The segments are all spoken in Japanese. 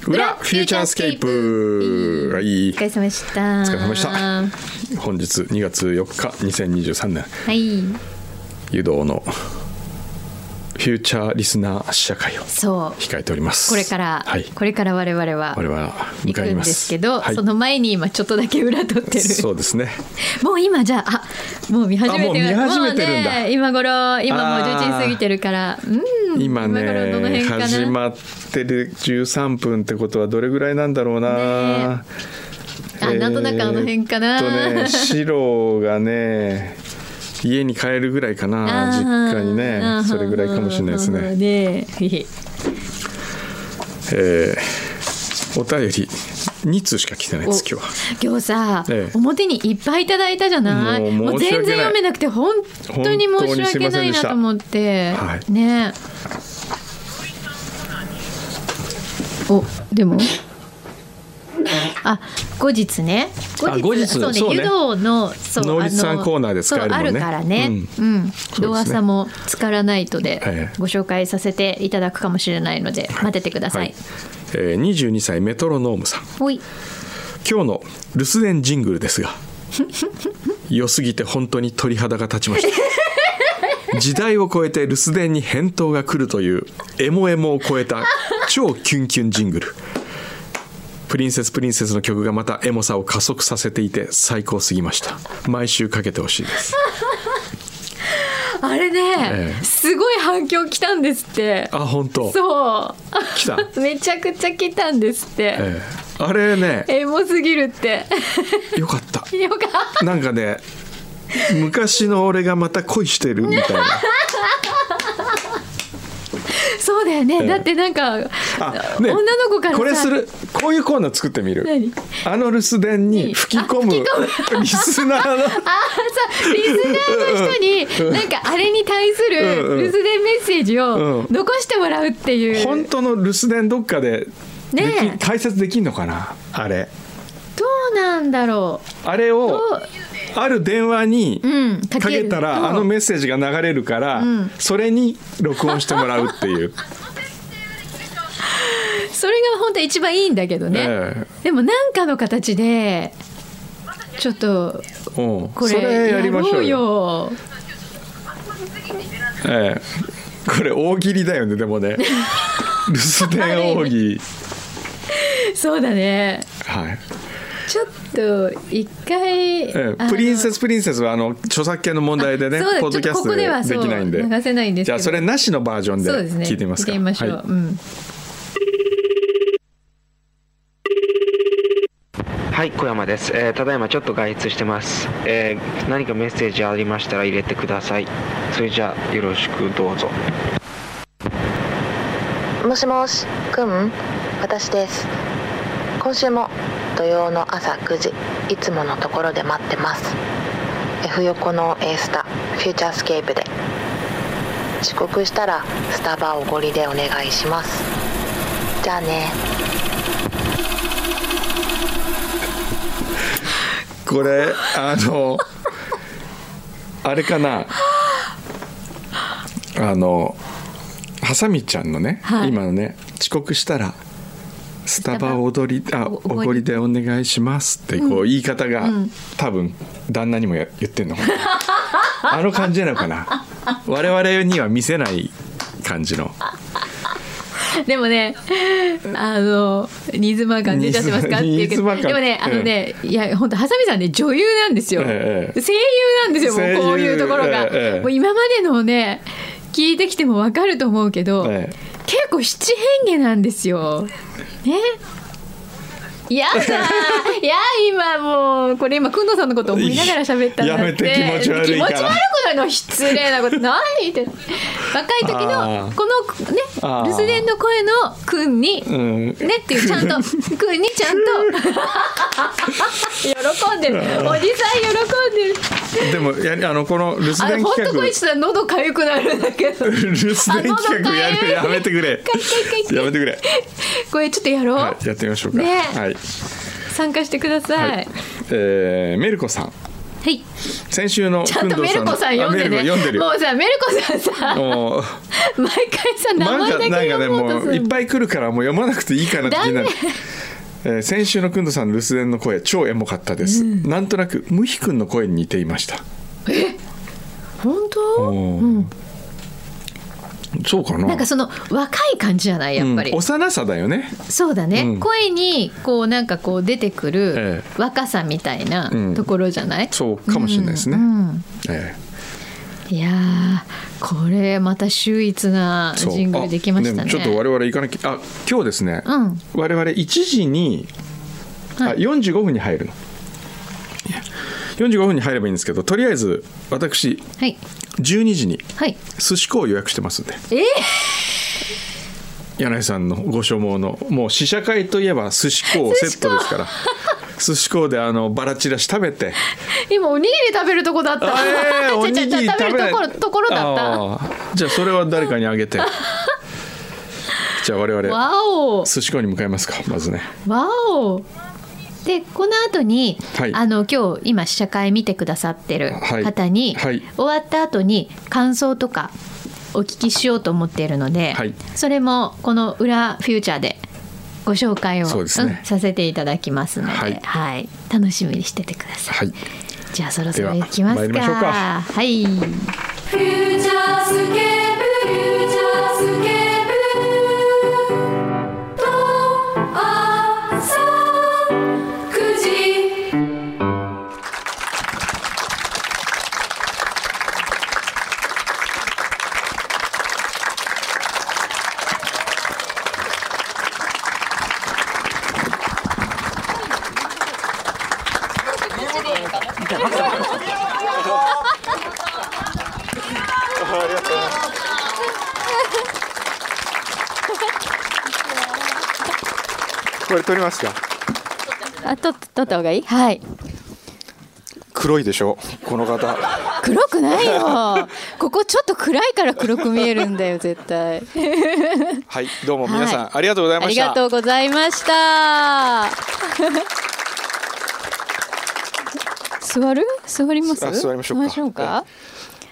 フューチャースケープはいお疲れ様でした。お疲れ様でした本日2月4日2023年はい。湯道のフューチャーリスナー試写会をそう。控えておりますこれから、はいこれから我々は我々は向行くかいんでますすけど、はいその 前に今ちょっとだけ裏取ってる。そうです ねもう今じゃあ、あ、もう見始めあもうて見始めてるんだもうね、今頃、今もう11時過ぎてるから、うん。今頃どのね辺かな始まってる13分ってことはどれぐらいなんだろうな、あ、なんとなくあの辺かえーな。っ とね白がね家に帰るぐらいかな実家にあねーそれぐらいかもしれないですねねええーお便り2通しか来てないです今日は今日さ、ええ表にいっぱいいただいたじゃないもうもう申し全訳ない然読めなくて本当に申し訳ないなと思って、本当にすねおでもあ後日ねあ後日そうねそうね湯道のそう能率さんあのコーナーで使えるもんねそうあるからねううん、ねドアサも使わないとえでえご紹介させていただくかもしれないので待っててください、えー22歳メトロノームさんほい今日の留守電ジングルです が良すぎて本当に鳥肌が立ちました時代を超えて留守電に返答が来るというエモエモを超えた超キュンキュンジングルプリンセスプリンセスの曲がまたエモさを加速させていて最高すぎました毎週かけてほしいですあれね、ええすごい反響来たんですってあ本当そ来たう めちゃくちゃ来たんですって、ええあれねエモすぎるって よかったよかっなんかね昔の俺がまた恋してるみたい なたそうだよね、えだってなんか、あね女の子からさこれするこういうコーナー作ってみる何あの留守電に吹き込むあリスナーの あーさリスナーの人になんかあれに対するうんうん留守電メッセージうんを残してもらうっていう、本当の留守電どっかででき、ねえ解説できんのかなあれどうなんだろあれうをどうある電話にうんかかけたら、あのメッセージが流れるから、んそれに録音してもらうって いう、それが本当一番いいんだけどね、えでもなんかの形でちょっとえうんこそれれややりましろょううよよええこれ大喜利だよねでも ね留守電大喜利そうだねはいちょっと一回、えあえ、のプリンセスプリンセスはあの著作権の問題でねあそうだポッドキャスちトょっとここでではできないんでそう流せないんですけどじゃあそれなしのバージョンでそうですね聞いてみますか聞いてみましょう、はいうんはい、小山です、えーただいまちょっと外出してます、えー何かメッセージありましたら入れてください。それじゃあよろしくどうぞ。もしもし、くん、私です。今週も土曜の朝9時、いつものところで待ってます。F 横の A スタ、フューチャースケープで。遅刻したらスタバおごりでお願いします。じゃあね。これあのあれかなあのハサミちゃんのね、はい今のね遅刻したらスタバ踊りあおおおごごりりでお願いしますってこう言い方が、多分旦那にもや言ってんのかなあの感じなのかな我々には見せない感じの でもね、あの、新妻感出ちゃってますかっていうけど、新妻感でもね、あのね、いや、本当ハサミさんね、女優なんですよ。ええ声優なんですよ、も声優うこういうところが。ええええもう今までのをね、聞いてきてもわかると思うけど、え結構七変化なんですよ。ね。や だーいや今もうこれ今くんどさんのこと思いながら喋ったんだってやめて気持ち悪いから気持ち悪くないの失礼なこと何言って若い時あのーこのねあー留守電の声のくんに、うねんっていう ちゃんとくんにちゃんと喜んでるおじさん喜んでるでもやりあのこの留守あ電のほん企と画声したら喉かゆくなるんだけ ど留守電企画やあ喉かゆるいやめ てくれかいかいかいやめてくれこれちょっとやろう、 はい、やってみましょうか。ねえはい。参加してください、はいえーメルコさん、先週のちゃんと工藤メルコさん読んであねメルコ読んでるもよ。うさメルコさんさもう毎回さ名なん前だかけなんかね読もうもとすういるっぱい来るからもう読まなくていいかなって気になるダ。えー先週のくんどさんの留守電の声超エモかったです、なんとなくムヒ君の声に似ていました本当、そうかななんかその若い感じじゃないやっぱり、うん幼さだよねそうだね、うん声にこうなんかこう出てくえる若さみたいなうんところじゃない、そうかもしれないですね、うんえいやーこれまた秀逸なえそうジングルできましたあねちょっと我々行かなきゃあ今日ですね、うん我々1時に、はあ45分に入るの45分に入ればいいんですけどとりあえず私はい12時にはい寿司港を予約してますんでえ柳井さんのご所望のもう試写会といえば寿司港セットですから 寿司港であのバラチラシ食べて今おにぎり食べるとこだったえーおにぎり ちゃちゃちゃ食べないところところだったあーじゃあそれは誰かにあげて じゃあ我々わお寿司港に向かいますかまずねわおでこの後に、はいあの今日今試写会見てくださってるはい方に、はい終わった後に感想とかお聞きしようと思っているので、はいそれもこの「裏フューチャー」でご紹介を、そうですねうんさせていただきますので、ははいい楽しみにしててください。はいじゃあそろそろでは行きますか。参りましょうかはいフューチャースケープフューチャースケープと朝9時これ撮りますかあと取った方がいいはい黒いでしょこの方黒くない よここちょっと暗いから黒く見えるんだよ絶対はいどうも皆さんはいありがとうござありがとうございました 座る座りますあ座りましょうか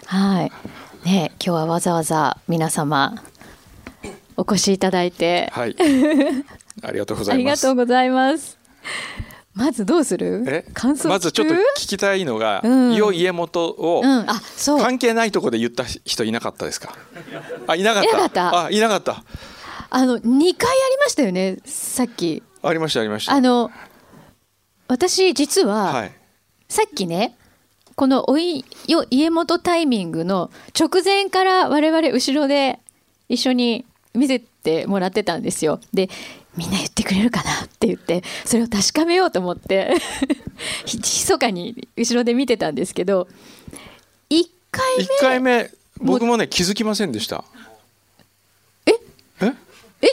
かはいね今日はわざわざ皆様お越しいただいて はいありがとうごありがとうございますまずどうすえる感想まずちょっと聞聞くきたいのが、んよ家元をうんあそう関係ないとこで言った人いなかったですか。あいなかっ いた。なかったあいなかった。あの二回ありましたよねさっきありましたありました。あの私実は、はい。さっきねこのおいよ家元タイミングの直前から我々後ろで一緒に見せてもらってたんですよでみんな言ってくれるかなって言ってそれを確かめようと思って ひ密かに後ろで見てたんですけど1回目一回目僕もね気づきませんでした。え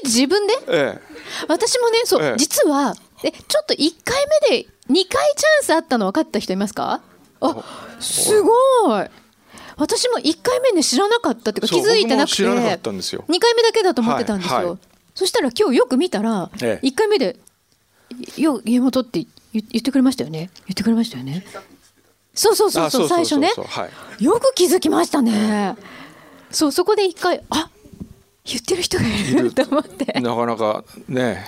自分でえ私もねそう、ええ実はえちょっと1回目で2回チャンスあったの分かった人いますかあすごい私も1回目ね知らなかったっていうかそ気うづいてなくて僕も知らなかったんですよ2回目だけだと思ってたんですよ、はいはいそしたら今日よく見たら、ええ1回目で「よ家元」って言言ってくれましたよね言ってくれましたよねそうそうえ。そうあそう最初ねはい。よく気づきましたねそうそこで1回あ言ってる人がいると思ってなかなかね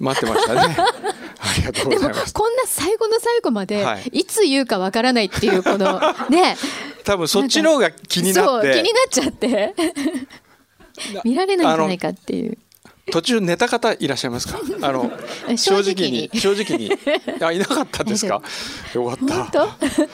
待ってました ね。ありがとうでござもいます。こんな最後の最後まではいいつ言うかわからないっていう このね多分そっちの方が気になっそう気にてなっちゃって見られないんじゃないかっていう途中寝た方いらっしゃいますか。あのえ正正直直にに正直に あいなかったですか。よかった本。当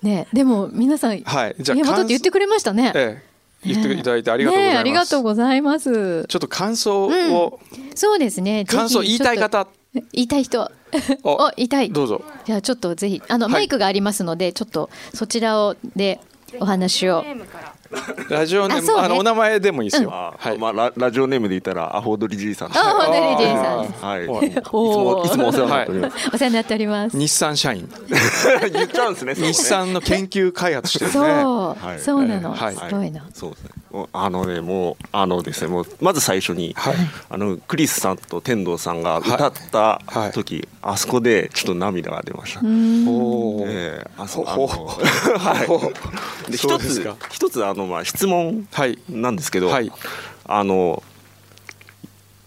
ねでも皆さん、はいじゃあ家元って言ってくれましたね、ええ、言っていただいてありがとうございます。ねありがとうございますちょっと感想を、そうですね感想ぜ言いひちょったいと方、言いたい人お お言いたいどうぞ。じゃあちょっとぜひあの、はいマイクがありますのでちょっとそちらをでお話をラジオネあーそうム、ねあのお名前でもいいですよ。あはい。まあララジオネームで言ったらアホドリじいさん。あホンリジさんですはい。いつおもーいつもお世話になっております。お世話になっております日産社員、言っちゃうんですね。そうね日。産の研究開発してるそう、ね。はいそうなの、はいすごいな。そうですね。もうあのねもうあのですねもうまず最初に、はいあのクリスさんと天童さんが歌ったはい時、あそこでちょっと涙が出ました。おーええあそあほのほ はい。でそう一ですつか一つあのまあ質問はいなんですけど、はいあの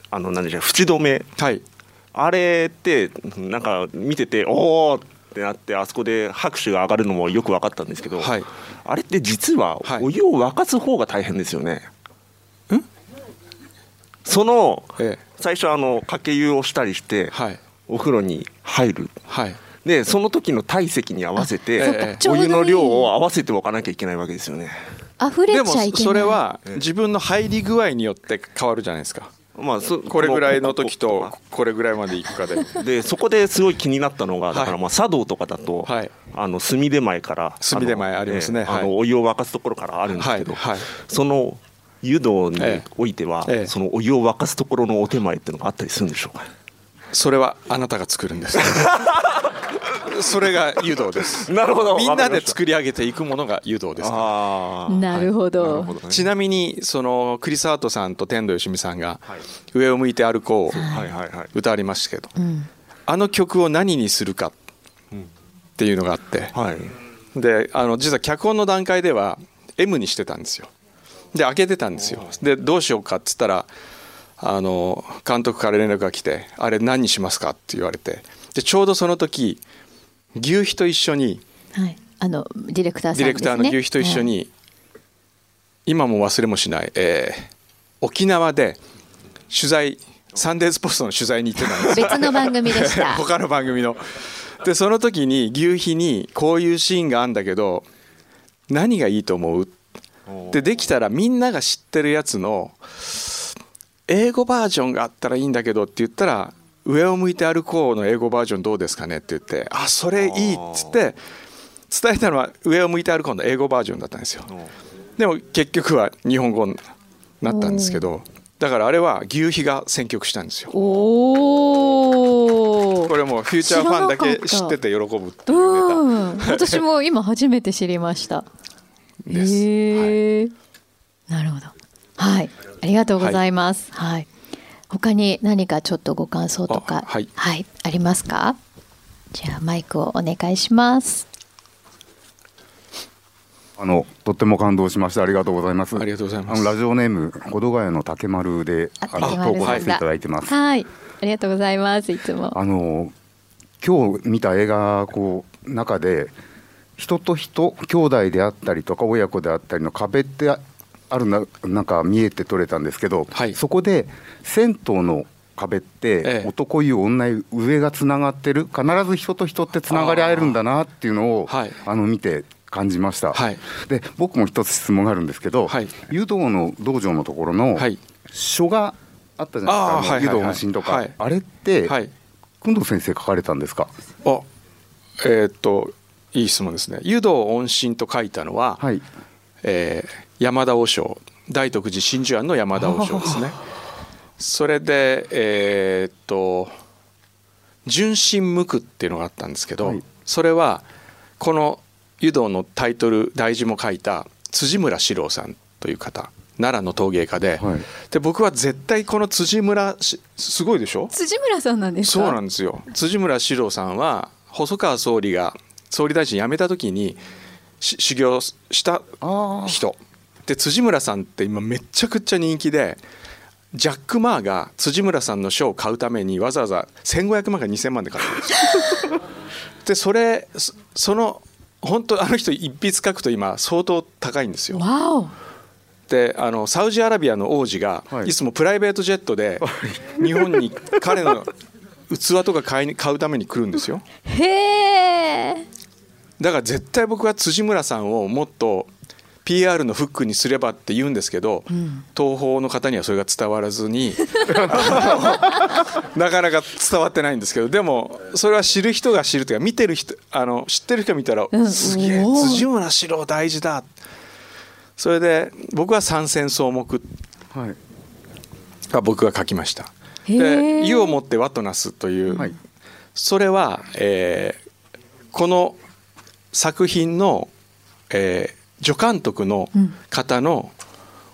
あの何でしょう縁止めはい。あれってなんか見てておおってなってあそこで拍手が上がるのもよく分かったんですけど、はいあれって実ははいお湯を沸かす方が大変ですよね。そのええ最初あのかけ湯をしたりして、はいお風呂に入るはいでその時の体積に合わあせそてっかちょおうどいい湯の量を合わせておかなきゃいけないわけですよね。溢れでもちゃいけないそれは自分の入り具合によって変わるじゃないですかまあ、そこれぐらいの時ことここれぐらいまでいくかでここでそこですごい気になったのがいだからまあ茶道とかだと、はいあの炭手前から炭手前ありますねええはいあのお湯を沸かすところからあるんですけど、はいはいその湯道においては、ええええそのお湯を沸かすところのお手前っていうのがあったりするんでしょうか それはあなたが作るんです それが誘導 ですなるほどみんなわかりまでした作り上げていくものが誘導ですあーなるほど,、なるほどねちなみにそのクリス・アートさんと天童よしみさんが「上を向いて歩こう」はいはいはい歌われましたけど、あの曲を何にするかっていうのがあって、はいであの実は脚本の段階では M にしてたんですよで開けてたんですよでどうしようかっつったらあの監督から連絡が来て「あれ何にしますか?」って言われてでちょうどその時牛皮と一緒にはい、あのディレクターさんディレですねクターの牛皮と一緒に、今も忘れもしない、えー沖縄で取材サンデーズポストの取材に行ってたんですはい別の番組でした 他の番組のでその時に牛皮にこういうシーンがあんだけど何がいいと思うでできたらみんなが知ってるやつの英語バージョンがあったらいいんだけどって言ったら「上を向いて歩こう」の英語バージョンどうですかねって言って「あそれいい」っつって伝えたのは「上を向いて歩こう」の英語バージョンだったんですよでも結局は日本語になったんですけどだからあれは牛皮が選曲したんですよおおこれもうフューチャーファンだけ知知らなかってったて喜ぶっていうネうん私も今初めて知りましたタです。へえ、なるほどはいありがとうございますはい、他に何かちょっとご感想とかあはいありますかじゃあマイクをお願いしますあのとっても感動しましたありがとうございますありがとうございますあのラジオネーム保土ヶ谷の竹丸でああの竹投丸さ稿さんだせていただいてます、はいありがとうございますいつもあの今日見た映画こう中で人と人兄弟であったりとか親子であったりの壁ってああるななんか見えて取れたんですけど、はいそこで銭湯の壁って、ええ男湯女湯上がつながってる必ず人と人ってつながり合えるんだなっていうのをあーはいあの見て感じました、はいで僕も一つ質問があるんですけど、はい湯道の道場のところのはい書があったじゃあーないですか、はいあのはいは湯い道のシーンとか、はいあれって、はい工藤先生書かれたんですか。あえーっといい質問ですね。湯道音信と書いたのは、はい。えー山田和尚大徳寺真珠庵の山田和尚 ですね。それでえーっと純真無垢っていうのがあったんですけど、はいそれはこの湯道のタイトル題字も書いた辻村史郎さんという方奈良の陶芸家で、はいで僕は絶対この辻村しすごいでしょ辻村さんなんですかそうなんですよ辻村四郎さんは細川総理が総理大臣辞めた時にし修行したあ人で辻村さんって今めちゃくちゃ人気でジャック・マーが辻村さんの書を買うためにわざわざ1500万か2000万で買ったんですよ でそれそその本当あの人一筆書くと今相当高いんですよわおであのサウジアラビアの王子が、はいい、つもプライベートジェットで日本に彼の器とか買いに買うために来るんですよへえだから絶対僕は辻村さんをもっと PR のフックにすればって言うんですけど、東宝の方にはそれが伝わらずに なかなか伝わってないんですけどでもそれは知る人が知るというか見てる人あの知ってる人が見たら、んすげえおー辻村四郎大事だそれで僕は三戦草木あ。はい。が僕が書きました。へで「え湯をもってワとなす」という、はいそれは、えーこの作品の、えー助監督の方の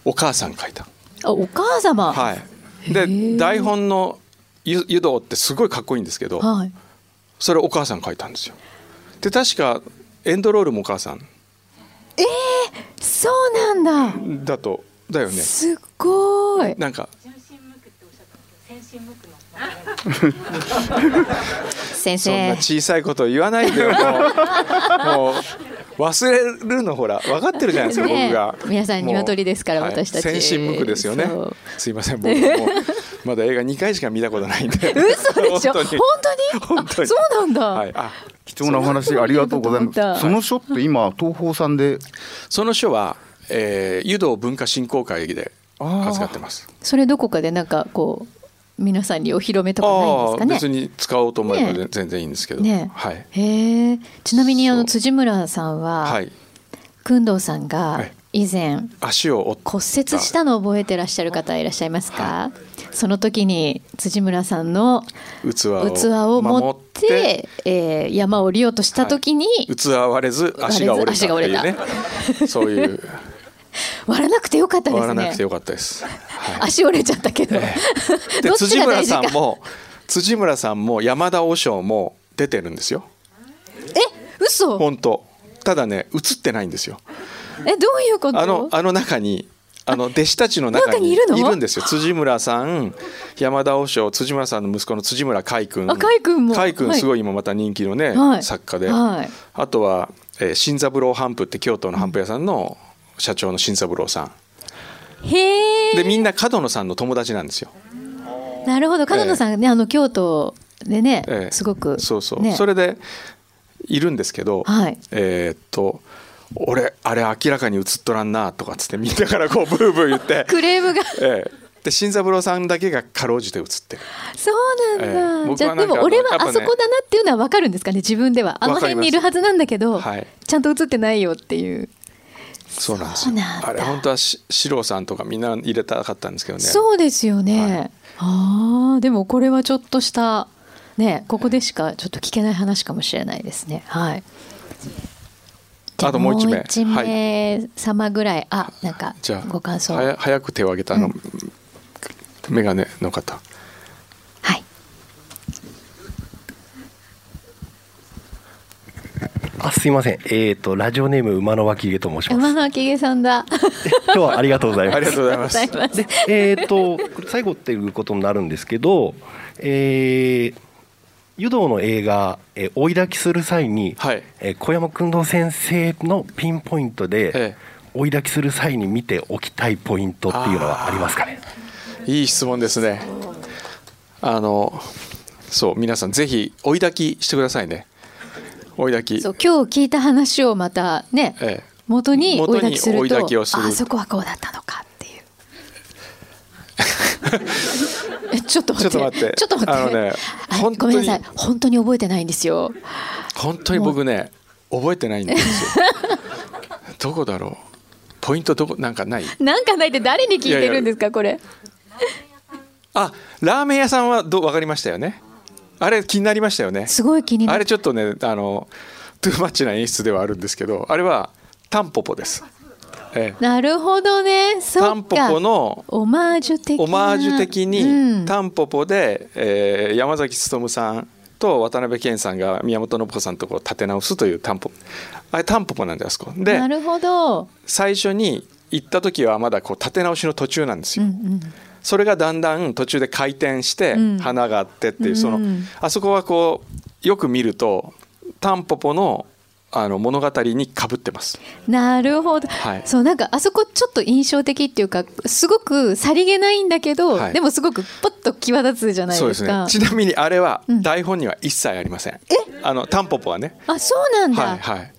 お母さんが書いた。あお母様はい、へでー台本の湯湯道ってすごいかっこいいんですけど、はいそれお母さんが書いたんですよ。で確かエンドロールもお母さんそうなんだだとだよね。すっごいなんか先そんな生小さいことを言わないでよもうもう忘れるのほら分かってるじゃないですか、ね僕が皆さんもう鶏ですからはい私たち先進無垢ですよねそうすいません僕もうまだ映画2回しか見たことないんで 嘘でしょ本当に本当にあそうなんだ、はい、あ貴重なお話ありがとうございまそんなことだと思ったすその書って今東宝さんでその書は、えー、湯道文化振興会で扱ってますそれどこかでなんかこう皆さんにお披露目とかああないんで別すかねに使おうと思えば全然いいんですけど、ねはい、へえちなみにあそのう辻村さんは、はい工藤さんがはい以前足を折っ骨折したのを覚えてらっしゃる方いらっしゃいますかその時に辻村さんの器を器を持ってえー山を降りようとした時に器割れず足が折れたっていう足ねがそう いう割らなくてよかったで割すらなくてねよかったです、はい足折れちゃったけど でどっち辻が村大事さかんも辻村さんも山田和尚も出てるんですよえ嘘本当ただね映ってないんですよえどういうことあのあの中にあの弟子たちの中中ににいいるのるんですよ辻村さん山田和尚辻村さんの息子の辻村海君あ海君も海君はいすごい今また人気のね、はい作家で、はいあとは、えー新三郎ハンプって京都のハンプ屋さんの社長の新三郎さんへでえみんな角野さんの友達なんですよなるほど角野さんがねあの京都でねええすごくそうそう、ねそれでいるんですけど、はいえーっと俺あれ明らかに映っとらんなとかっつってみんなからこうブーブー言 って、クレームがええで新三郎さんだけがかろうじて映ってるそうなんだ、ええ僕はなんかじゃあであもの俺やっはぱねあそこだなっていうのは分かるんですかね自分ではあの辺にいるはずなんだけど、わかりますはいちゃんと映ってないよっていうそうなんですそうよなんだあれ本当はし四郎さんとかみんな入れたかったんですけどねそうですよね、はいああでもこれはちょっとしたねここでしかちょっと聞けない話かもしれないですねはいあともう一名一はい、名様ぐらい、あなんかじゃあご感想はや早く手を挙げたあの、メガネの方はいあすいません、えー、とラジオネーム馬の脇毛と申します。山の明さんだ今日はありがとうございます。ありがとうございますありがとうご ざいますで、えー、と最後っていうことになるんですけど、えー、湯道の映画「えー追い抱きする際に」はいえー小山君堂先生のピンポイントで、え追い抱きする際に見ておきたいポイントっていうのはありますかねいい質問ですねあのそう皆さんぜひ追い抱きしてくださいね追い抱きそう今日聞いた話をまたね、ええ元に追い抱きすると元に追い焚きをするあそこはこうだったのかっていう えちょっと待ってちょっと待ってちょっと待ってあのねあ本当ごにめんなさい本当に覚えてないんですよ本当に僕ね覚えてないんです よどこだろうポイントどこなんかないなんかないって誰に聞いてるんですかこれあラーメン屋さんはどう分かりましたよねあれ気になりましたよねすごい気になあるれちょっとねあのトゥーマッチな演出ではあるんですけどあれはタンポポです、ええなるほどねそっかタンポポのオマージュ的なオマージュ的うんにタンポポで、えー山崎努さんと渡辺謙さんが宮本信子さんのとこを立て直すというタンポあれタンポポなんであそこでなるほど、最初に行った時はまだこう立て直しの途中なんですうよ、んうん、それがだんだん途中で回転してうん花があってっていうそのうんあそこはこうよく見るとタンポポのあの物語にかぶってますなるほど、はいそうなんかあそこちょっと印象的っていうかすごくさりげないんだけど、はいでもすごくポッと際立つじゃないそうでですすねかちなみにあれはうん台本には一切ありません、あのタンポポはねあそうなんだ、はいはい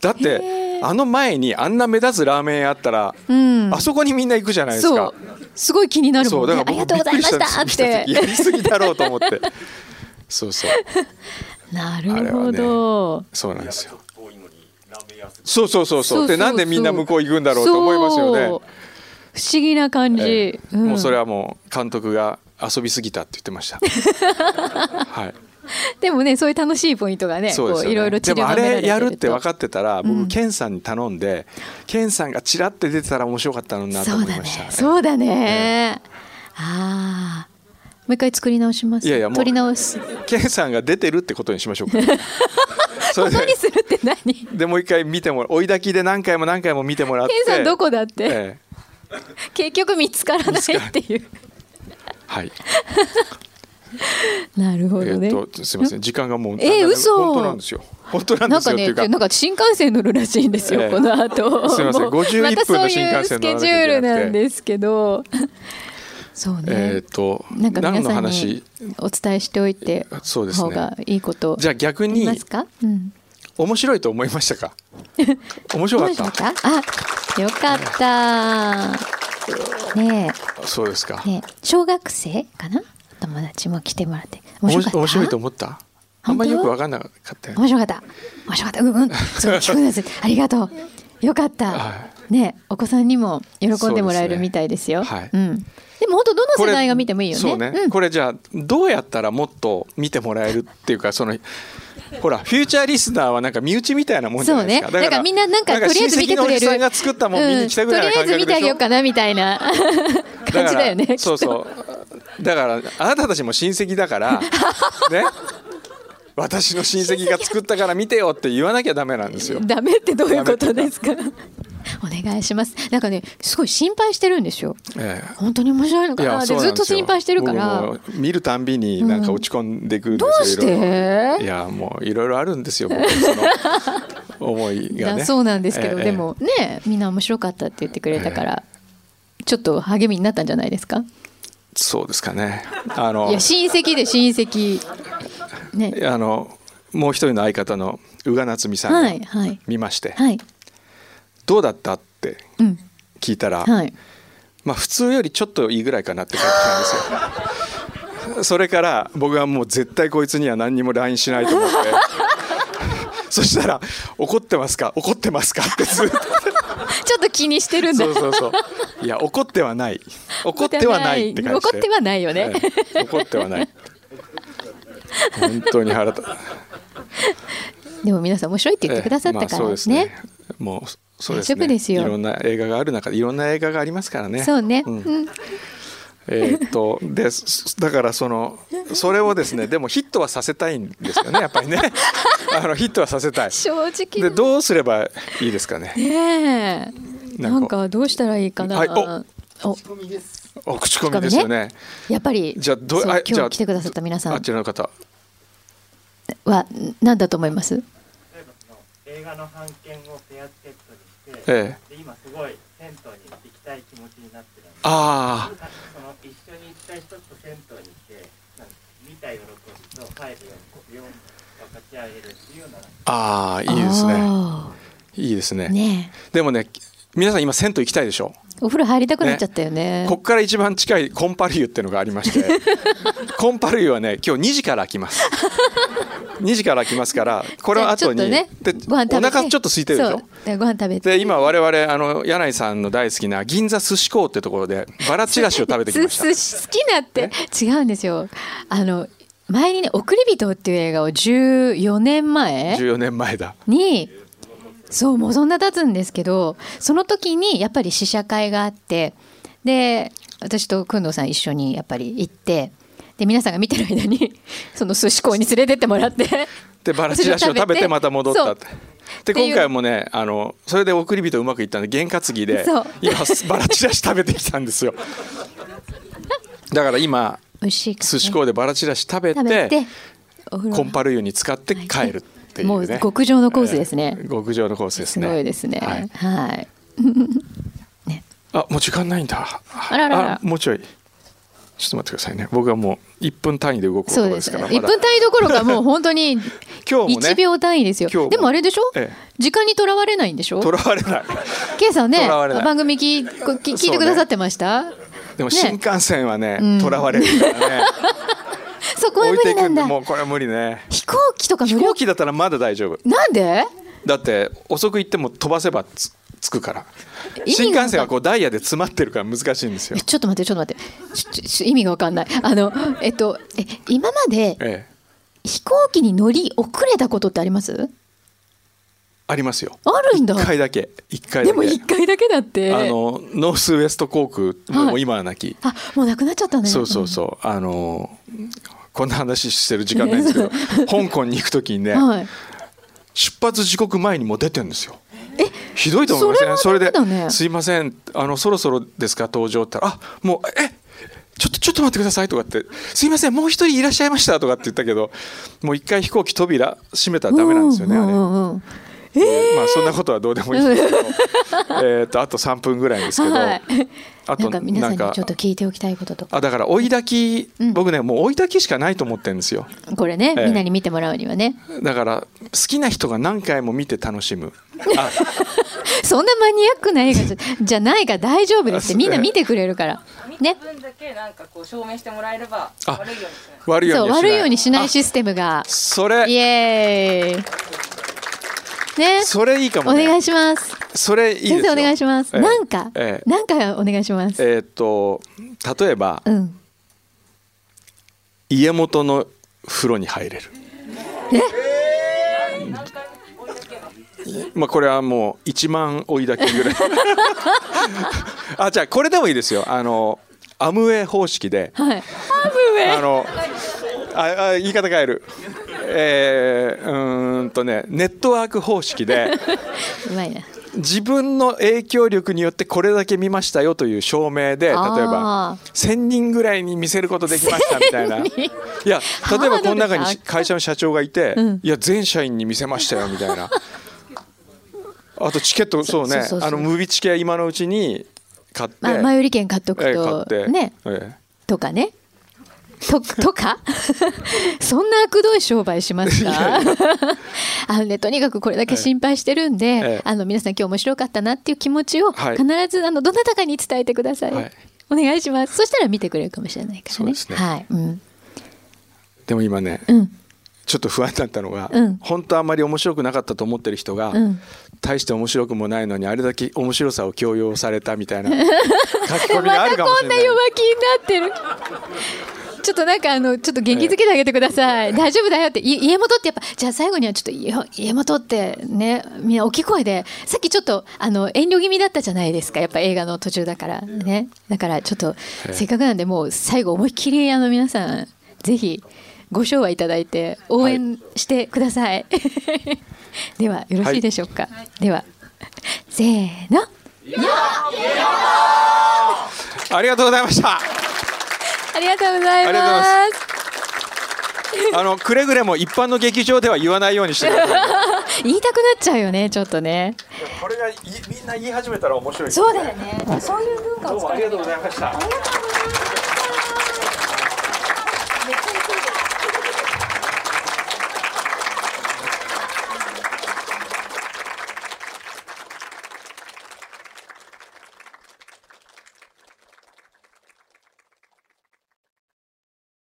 だってへーあの前にあんな目立つラーメン屋あったら、うんあそこにみんな行くじゃないですそかうすごい気になるそもうんねだからありが僕とうびっござくりいましたんしたっですよ見た時やてりすぎだろうと思ってそうそう なるほど、そうなんですよそうそうそうそうそうそうそうでなんでみんな向こう行くんだろうと思いますよねそう不思議な感じ、ええんもうそれはもう監督が遊びすぎたって言ってま したはいでもねそういう楽しいポイントがねそうですよこういろいろね、散でりもばあめられれてやるるって分かってたら、う僕んケンさんに頼んでケンさんがちらって出てたら面白かったのになとそう思いだました、ねそうだね、ああもう一回作り直しますいやいやもう撮り直すケンさんが出てるってことにしましょう か。それここにでするって何 ケでもう一回見てもらう追い抱きで何回も何回も見てもらってンさんどこだって、ええ結局見つからないっていうはい。なるほえどね。っとすみません時間がもうえー嘘本当なんですよ。本当なんなでんすかよっていね、うか。なんか新幹線乗るらしいんですよ、ええこの後。すいませんもう51また分の新幹線そ乗らなきゃいけなくてういうスケジュールなんですけど。そうね。えーっとなんか何皆のさん話にお伝えしておいてそうですね方がいいことじゃあ逆ありにますか？うん。面白いと思いました か。面白かどうっでしたかあ、よかった。ねた。そうですかえ、。ねえ小学生かな？お友達も来てもらって面面白かった。白面白いと思った。あんまりよく分かんなかったよね。面白かった面白かったうんうん そう聞くんですありがとうよかった、はねお子さんにも喜んでもらそうでえするねみたいですよはいうん、でも本当どの世代が見てもいいよねそうね、これじゃあどうやったらもっと見てもらえるっていうかそのほらフューチャーリスナーはなんか身内みたいなもんじゃないですか。そうねなんかみんななんかとりあえず見てくれ親戚のおるじさんが作ったもん見に来たぐらいのとりあ感えず覚で見てあげしよょう。かなみた いな感じだよねきっとそうそう。だからあなたたちも親戚だ からね。私の親戚が作ったから見てよって言わなきゃダメなんですよ。ダメってどういうことですかお願いしますなんかねすごい心配してるんですよええ本当に面白いのかなってそうずなっんでとすよ心配してるか僕らも見るたんびになんか落ち込んでくるんですよ、うんどうしていろいろいやもういろいろあるんですよ僕その思いがね だそうなんですけど、ええでもねみんな面白かったって言ってくれたから、ちょっと励みになったんじゃないですかそうですかねあのいや親戚で親戚ねあのもう一人の相方の宇賀夏美さはんいがはい見まして、はいどうだったってうん聞いたら、はいまあ普通よりちょっといいぐらいかなって感じたんで すよそれから僕はもう絶対こいつには何にも LINE しないと 思ってそしたら「怒ってますか怒ってますか?」ってず っとちょっと気にしてるんだそうそうそういや怒ってはない怒ってはないって感じで怒ってはないよね、ええ怒ってはない本当に腹立たでも皆さん面白いって言ってくださったかええまあそうらね,、ですねもうそうですね大丈夫ですよいろんな映画がある中でいろんな映画がありますからねそうね、んうんえーっとでそだからそのそれをですねでもヒットはさせたいんですよねやっぱりねあのヒットはさせたい正直でだどうすればいいですかねねえなんかなんかどうしたらいいかな、はいおお口コミですよねやっぱりじゃあどうそうあじゃ今あ日来てくださった皆さあんちらの方は何だと思います映画の版権をペアチケットにして、えで今すごい銭湯に行きたい気持ちになってるんでああその一緒に行きたい人と銭湯に行ってなんか見た喜びと帰る喜びを分かち合えるっていうようなああいいですねあいいですねーねでもね皆さん今銭湯行きたいでしょえお風呂入りたくなっちゃったよねこっから一番近いコンパル湯っていうのがありまして コンパル湯はね今日2時から開きます2時から開きますからこれは後に、じゃあちょっとでね、おご飯食べて腹ちょっと空いてるでしょそうでご飯食べてで今我々あの柳井さんの大好きな銀座寿司港ってところでバラチラシを食べてき ましたすす好きなって違うんですよあの前にね「送り人」っていう映画を14年前14年前だにそうもうそんな経つんですけどその時にやっぱり試写会があってで私と工藤さん一緒にやっぱり行ってで皆さんが見てる間に その寿司港に連れてっても らって。でバラチラシを食べてまた戻ったってでっていう今回もねあのそれで送り人うまくいったんで験担ぎでそう今バラチラシ食べてきたんですよだから今美味しいからね寿司港でバラチラシ食べて食べてお風呂コンパル湯に使って帰るっていうねもう極上のコースですねえー極上のコースですすねごいですねはい、はいあもう時間ないんだあらららもうちょいちょっと待ってくださいね僕はもう1分単位で動くそう男でですす。から一まだ分単位どころかもう本当 に今日もね一秒単位ですよ。今日もでもあれでしょええ？時間にとらわれないんでしょと？らわれ ないケイさんねとらわれない番組聞いこ聞聞いてくださってました？でもね新幹線はねうんとらわれるからねそ こは無置いて理いくなんんでだ。もうこれは無理ね飛行機とか飛無料行。機だったらまだ大丈夫なんで？だって遅く行っても飛ばせばつつくから意味が新幹線はこうダイヤで詰まってるから難しいんですよえちょっと待ってちょっと待ってちょちょ意味がわかんない。あのえっとえ今までええ飛行機に乗り遅れたことってあります？ありますよあるんだ。 1回だけ一回だけでも一回だけだって。あのノースウエスト航空はいもう今はなき、あもうなくなっちゃったね。そうそうそうあのこんな話してる時間ないんですけど香港に行く時にね、うんはい。出発時刻前にもう出てるんですよひどいと思いませんそそれれはダメだねで「すいませんあのそろそろですか登場」って言ったら「あもうえちょっとちょっと待ってくださいとかってすいませんもう一人いらっしゃいましたとかって言ったけどもう一回飛行機扉閉めたらダメなんですよねあれ、まあそんなことはどうでもいいんですけどえーとあと3分ぐらいですけど、はいあなとんか皆さんにちょっと聞いておきたいこととかあだから追い炊き、僕ねもう追い炊きしかないと思ってるんですよこれね、ええみんなに見てもらうにはね だから好きな人が何回も見て楽しむそんなマニアックな映画じゃじゃないから大丈夫ですってみんな見てくれるからね分だけなんかこう証明してもらえればあ悪いようにし悪いよそううにはしな悪いいようにしないシステムがそれイエーイねそれいいかもねお願いしますそれいいですよ先生お願いします、ええなんか、ええなんかお願いします、えーっと例えば、うん家元の風呂に入れるまあこれはもう1万追いだけぐらい あじゃあこれでもいいですよあのアムウェイ方式ではいあのああ言い方変えるえー、うーんとねネットワーク方式でうまいな自分の影響力によってこれだけ見ましたよという証明で例えばあー1,000人ぐらいに見せることできましたみたいな。 千人いや例えばこの中にハードルし会社の社長がいて、うんいや全社員に見せましたよみたいなあとチケットそうねそうそうそうあのムービーチケは今のうちに買って、まあ、前売り券買っとくえと、買ってねえとかねととか そんな悪どい商売しますか あのねとにかくこれだけ心配してるんで、ええあの皆さん今日面白かったなっていう気持ちをはい必ずあのどなたかに伝えてください、はいお願いしますそしたら見てくれるかもしれないからねそうですねはい、うん、でも今ね、うんちょっと不安だったのが、うん本当あんまり面白くなかったと思ってる人が、うん大して面白くもないのにあれだけ面白さを強要されたみたい な書き込みがあまるたかもしれこんな。ない弱気になってるちょっとなんかあのちょっと元気づけてあげてください、大丈夫だよってい家元ってやっぱじゃあ最後にはちょっと家家元ってねみんな大きい声でさっきちょっとあの遠慮気味だったじゃないですかやっぱ映画の途中だからねだからちょっとええせっかくなんでもう最後思いっきりあの皆さんぜひご賞はいただいて応援してください、 ではよろしいでしょうか、ではせーのありがとうございました。ありがとうございありがとうごますざいます。あのくれぐれも一般の劇場では言わないようにしてください。言いたくなっちゃうよねちょっとねこれがいみんな言い始めたら面白いそうだよねそういう文化をどうもありがとうございました。